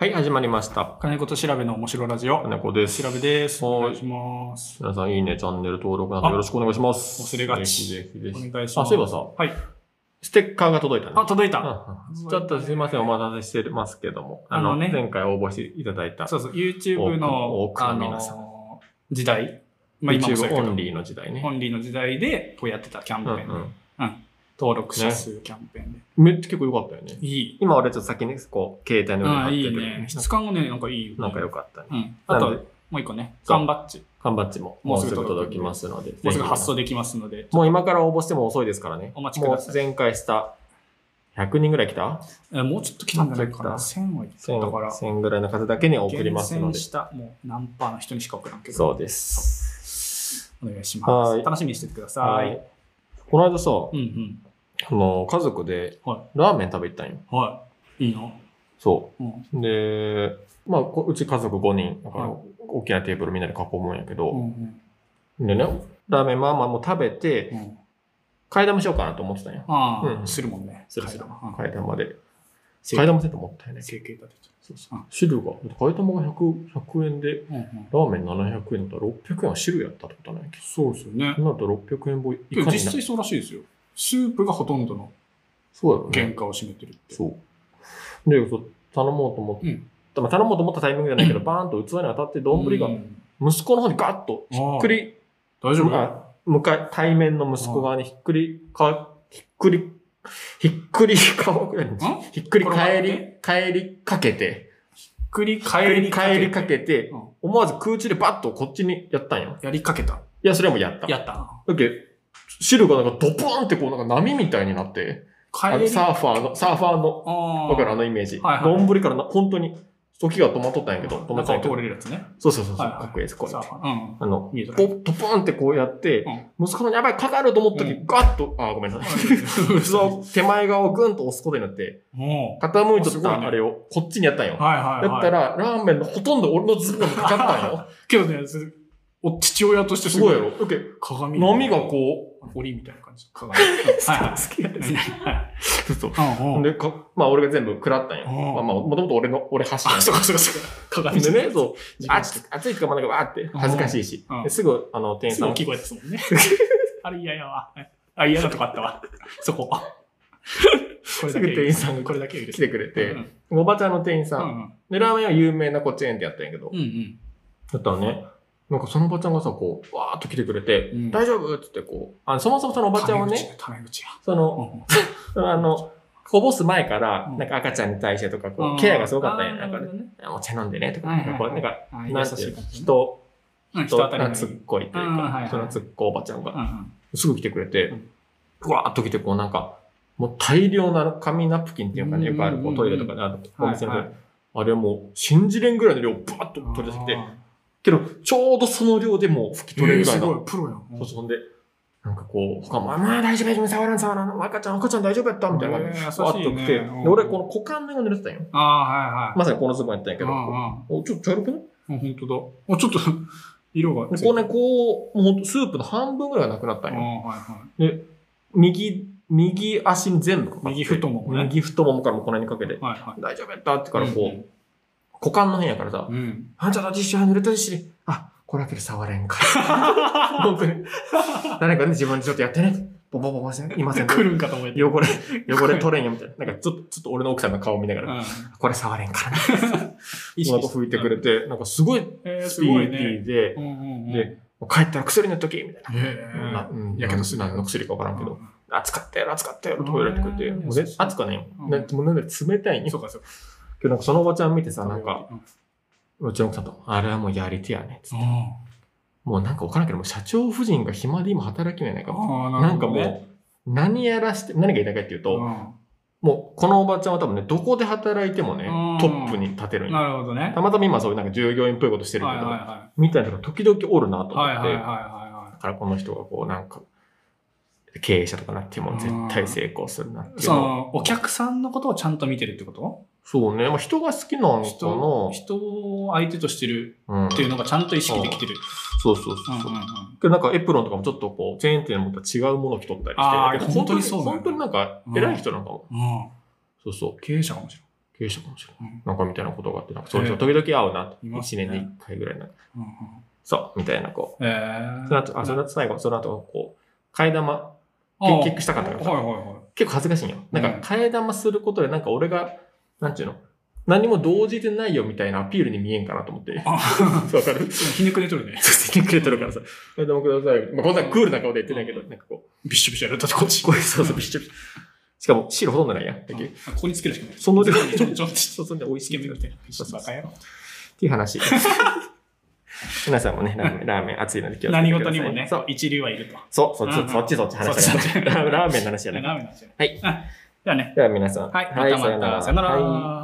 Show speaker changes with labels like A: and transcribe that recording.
A: はい、始まりました。
B: 金子と調べの面白ラジオ。
A: 金子です。
B: 調べです。
A: はい
B: お願いします。
A: 皆さん、いいね、チャンネル登録などよろしくお願いします。
B: 忘れがち
A: ぜひぜ
B: お
A: ひ
B: 願い
A: ぜ
B: します。
A: ひあ、そういえばさ、
B: はい。
A: ステッカーが届いたね。
B: あ、届いた。
A: うんうんちょっとすいません、お待たせしてますけども。あ
B: あ
A: の、
B: のね
A: 前回応募していただいた、
B: そうそう、YouTube
A: 多
B: の、
A: くの
B: あ
A: 皆さん
B: の、時代。まあ今もそう
A: YouTube
B: や
A: オ
B: けど
A: ン、リーの時代ね。
B: オンリーの時代で、こうやってたキャンペ
A: う
B: ー
A: ん
B: ン
A: う
B: で、
A: ん。
B: 登録者数キャンペーンで。
A: めっちゃ結構良かったよね。
B: いい。
A: 今俺ちょっと先に、こう、携帯の
B: ああ、
A: 上に
B: い
A: 貼
B: い
A: ってるけど
B: ね。質感がね、なんかいいよね。
A: なんか良かったね。
B: うん。あ
A: な
B: と、
A: の
B: も
A: で、
B: う一個ね、
A: そう
B: 缶バッジ。
A: 缶バッジもも
B: も
A: う
B: う
A: す
B: す
A: ぐ
B: ぐ
A: 届きますので。
B: もうすぐ
A: ぜひ
B: 発送できますので。
A: もう今から応募しても遅いですからね。
B: お待ちください
A: もう前回した、100人ぐらい来た
B: えもうちょっと来たんじゃないかな。
A: もうち
B: 1000はいっ
A: ?1000
B: たから。
A: 1000ぐらいの数だけに送りますの
B: 厳
A: で
B: 選。した、もう何パーの人にしか送らんけど。
A: そうです。
B: お願いしま
A: はい
B: す。楽しみにしててくださ。
A: はいい。この間さ、
B: うんうん。
A: あの、家族で
B: は
A: ラーメン食べ行ったんよ。
B: はい。いいの
A: そ
B: うん。
A: う。で、まあ、こうち家族5人、だから
B: は
A: 大きなテーブルみんなで囲むんやけ
B: う
A: ど、
B: ん
A: でね、ラーメンまあまあもう食べ
B: う
A: て、
B: ん。
A: 替え玉しようかなと思ってたんよ。
B: あ
A: う
B: あ、
A: ん
B: するもんね。
A: するする
B: 階段うん
A: 替え玉で。
B: 整
A: 替え玉せんと思ったよね。
B: 形立てち
A: そうそう
B: うん
A: 汁が、替え玉が 100, 100円で、
B: ゃう。うんうん。
A: ラーメン700円だったら600円は汁やったってことなんやけど。
B: そうですよね
A: そ。うなると600円分い
B: でも
A: か
B: 実
A: にな
B: 際そうらしいですよ。スープがほとんどの
A: そうやろ
B: 原
A: ね。
B: 価を占めてるって。
A: そう。で、そう頼もうと思って、
B: うん
A: まあ頼もうと思ったタイミングじゃない けど、バーンと器に当たって丼
B: う
A: が、
B: ん
A: 息子の方にガッと、ひっくり、
B: 大丈夫か
A: あ向かい、対面の息子側にひっくり、か、ひっくり、ひっくり、顔ぐらいに
B: ん
A: ひっくり
B: これ待
A: 返
B: っ
A: り
B: て、
A: 返りかけて、
B: 繰り
A: 帰
B: 返り
A: 返りかけて
B: うん、
A: 思わず空中でバッとこっちにやったんよ。
B: やりかけた。
A: いや、それはもうやった。
B: やった。
A: だっけ、汁がなんかドポーンってこうなんか波みたいになって、あ
B: 帰
A: の
B: り。あ
A: サーファーの、サーファーの、
B: あ。
A: わかるあのイメージ。
B: はいはい
A: 丼、からな本当に、時が止まっとったんやけど、止まった
B: 中
A: ん
B: を
A: やけ
B: 通
A: ど。
B: れるやつね。
A: そうそうそう、
B: はいはい
A: かっこいいです、これ
B: サ。ーファーうん。
A: あの、
B: 見えた
A: ポドポーンってこうやって、息子のやばい、かかると思った時、
B: う
A: ガッと、あー、ごめんなさい。 そう、手前側をグンと押すことになって、
B: も
A: 傾いと
B: あす
A: っ
B: ごい
A: た
B: ね
A: あれを、こっちにやったんよ。
B: う。はいはいはい。
A: だったら、ラーメンのほとんど俺のズボンにかかったん よ。
B: けどね、ずお父親として
A: すごいやろ。だっけ、
B: 鏡
A: 波がこう、
B: 檻みたいな感じ。鏡。はいはい
A: 好きやで
B: 何はい
A: そう。
B: うんうん
A: で、か、まあ俺が全部食らったんよ。
B: うん
A: まあまあ、もともと俺の、俺走
B: あ、
A: っ
B: そっかそっかそっか。
A: た
B: 鏡
A: んでね、そう。
B: 時間
A: あ
B: し
A: ち熱いとかまあなんかわーって、恥ずかしいし
B: うん。うん
A: で、すぐ、あの、店員
B: す
A: さ
B: ぐ
A: ん
B: 大きい声ですもんね。 あれ嫌やわ。あ、嫌なとこあったわ。 そこ。これ
A: す
B: だ
A: ぐ
B: け
A: 店員さんが
B: これだけ許
A: 来
B: して。
A: てくれ
B: う
A: て、
B: ん
A: おばちゃんの店員さ。
B: うんん
A: で、ラーメンは有名なこうチェーンってやったんやけど
B: うん。う、ん
A: だったらね、なんかそのおばちゃんがさ、こう、わーっと来てくれて
B: う、ん
A: 大丈夫っつってこう、あのそもそもそのお
B: お
A: ばちゃんはね、。
B: タメ口や。
A: そ
B: うんう
A: の、
B: ん
A: そのあの、こぼす前から
B: う、ん
A: なんか赤ちゃんに対してとか、
B: う
A: こ
B: ん
A: う、ケアがすごかったんや。なんか
B: あー
A: ね
B: るほどね
A: あお茶飲んでね、とか、
B: はい
A: な
B: はい
A: んかこう、なんか、
B: あー
A: なん
B: 優
A: てい
B: しいう感じね。
A: 人、
B: うん人
A: 人、
B: 当たり
A: なん
B: がい
A: か
B: い
A: つっこいという
B: うんはいは
A: か
B: い、
A: そのつっこおばちゃんが
B: うん、うん
A: すぐ来てくれて
B: うん、
A: うわーっと来て、こうなんか、もう大量な紙ナプキンっていうかね、よくある、こ
B: うんうんうんう
A: うんトイレとかである、お店の
B: はい
A: トイレ
B: は
A: あれもう、信じれんぐらいの量、バーッと取り出してきて、
B: あ
A: けど、ちょうどその量でもう拭き
B: ー
A: 取れるぐら
B: す
A: い
B: ご
A: の。
B: い、プロやん。
A: そうそうほんで、なんかこう、他も、あまあ大丈夫大丈夫、触らん触らん、赤ちゃん、赤ちゃん大丈夫やったみたいな感じ
B: へ
A: で、
B: ー
A: わ
B: 優しい
A: ーっ
B: ね
A: と来て、
B: うん
A: で俺この股間のように濡れてたんよ。
B: ああ、はいはい。
A: まさにこのズボンやったんやけど、
B: あ
A: おちょっと茶色くない
B: あ、あ本当だ。あ、ちょっと、 色が
A: でこうね、こう、もうほんとスープの半分ぐらいがなくなった
B: ああ、
A: んよ。
B: はいはい。
A: 右、右足に全部かかって
B: 右太ももね
A: 右太ももからもこの辺にかけて、
B: はいは
A: 大丈夫やったってからこう、
B: うん
A: 股間の辺やからさ
B: い。、うん。
A: あ、ちょっとティッシュ、濡れたティッシュで、あ、これだけで触れん から。本当に。誰かね、自分でちょっとやってね。ボボボボせん、いません。
B: 来るんかと思って。
A: 汚れ、汚れ取れんよ、みたいな。なんか、ちょっと、ちょっと俺の奥さんの顔見ながら、
B: うん。
A: これ触れんからな。
B: 意
A: お腹拭いてくれて、なんかすごい
B: えー、
A: ス
B: す
A: ピ
B: ごい
A: ーデ
B: ね。
A: ィーで、
B: うんうんうん。
A: で、もう帰ったら薬の時、みたいな。
B: えー、
A: なうん
B: やけどする
A: 何の薬かわからんけど、
B: う
A: 熱かったよ、熱かったよ、とか言われてくれて、
B: うん
A: もう全熱くはないよ。
B: うん
A: なんてもうなんで冷たいん
B: ん。そ
A: よ。
B: うかそうか。
A: けどなんかそのおばちゃん見てさ、なんか、、うちの奥さんと、あれはもうやり手やね。
B: うん。あ
A: もうなんかわからんけど、もう社長夫人が暇で今働きないないかも。
B: あ、
A: なんかもう、何やらして、何が言いたいかっていう
B: う
A: と、
B: ん
A: もうこのおばちゃんは多分ね、どこで働いてもね
B: うん、
A: トップに立てるんよ
B: なるほどね。
A: たまたま今そういうなんか従業員っぽいことしてる
B: はい
A: け
B: はい
A: ど、
B: は
A: みたいなのが時々おるなと
B: い。
A: 思
B: は
A: っ
B: いはいはい
A: て、
B: は
A: だからこの人がこうなんか、経営者とかなっても絶対成功するなって
B: い。
A: いう
B: そ
A: の。
B: の、お客さんのことをちゃんと見てるってこと
A: そうね、まあ人が好きなの
B: 人を、
A: か
B: 人を相手としてる
A: なうん
B: っ。ていうのがちゃんと意識できてる。
A: そうそう
B: うん
A: そう
B: うん
A: そうう。
B: ん。
A: けどなんかエプロンとかもちょっとこう、チェーン店のまた違うもの着とったりして。
B: あー
A: だけど
B: 本当にそうなんだ
A: 本当になんか偉い人なんかも。
B: うん
A: そうそう。
B: 経営者かもしれない。
A: 経営者かもしれない。
B: うん
A: なんかみたいなことがあって、なんかそういう人時々会うなって。
B: い
A: 1
B: ます
A: 年
B: ね
A: に1回ぐらいなんか。
B: うんうん
A: そう、みたいなこう。
B: えー
A: その後、あ、その後最後、その後、こう、替え玉、
B: あー
A: キックしたかったから
B: はいはいはい。
A: 結構恥ずかしいんよ。なんか
B: うん
A: 替え玉することで、なんか俺が、なんていうの何も動じてないよみたいなアピールに見えんかなと思って。
B: あ
A: そうわかる
B: ひねくれとる ね。
A: そう、言ってくれてるからさ、替え玉ください。まあ、こんなクールな顔で言ってないけど、なんかこう、
B: びっしょびしょやる。だってこっち。
A: こういう、そうそう、びっしょびしょ。しかも、白ほとんどないやん。だけ
B: あここにつけるしかない。
A: その量
B: ちょんちょんちょんって。
A: そう、そんで美味
B: つ
A: し
B: け
A: い
B: 麺
A: っ
B: みたいな。バカ野郎
A: ていう話。皆さんもね、ラーメン、ラーメン熱いので気をつけ
B: 何
A: てくだ
B: 事
A: さい
B: にもね
A: そう、、
B: 一流はいると。
A: そう、そっ
B: うんうん
A: ち、そっち、そっち話
B: そっ
A: し
B: ち
A: た
B: そっち
A: ラーメンの話じゃ
B: ラ
A: ない。
B: ーメンなんですよね。
A: はい
B: あ。じゃあね。
A: では皆さん。
B: はい。またまた。さよな
A: はい
B: ら。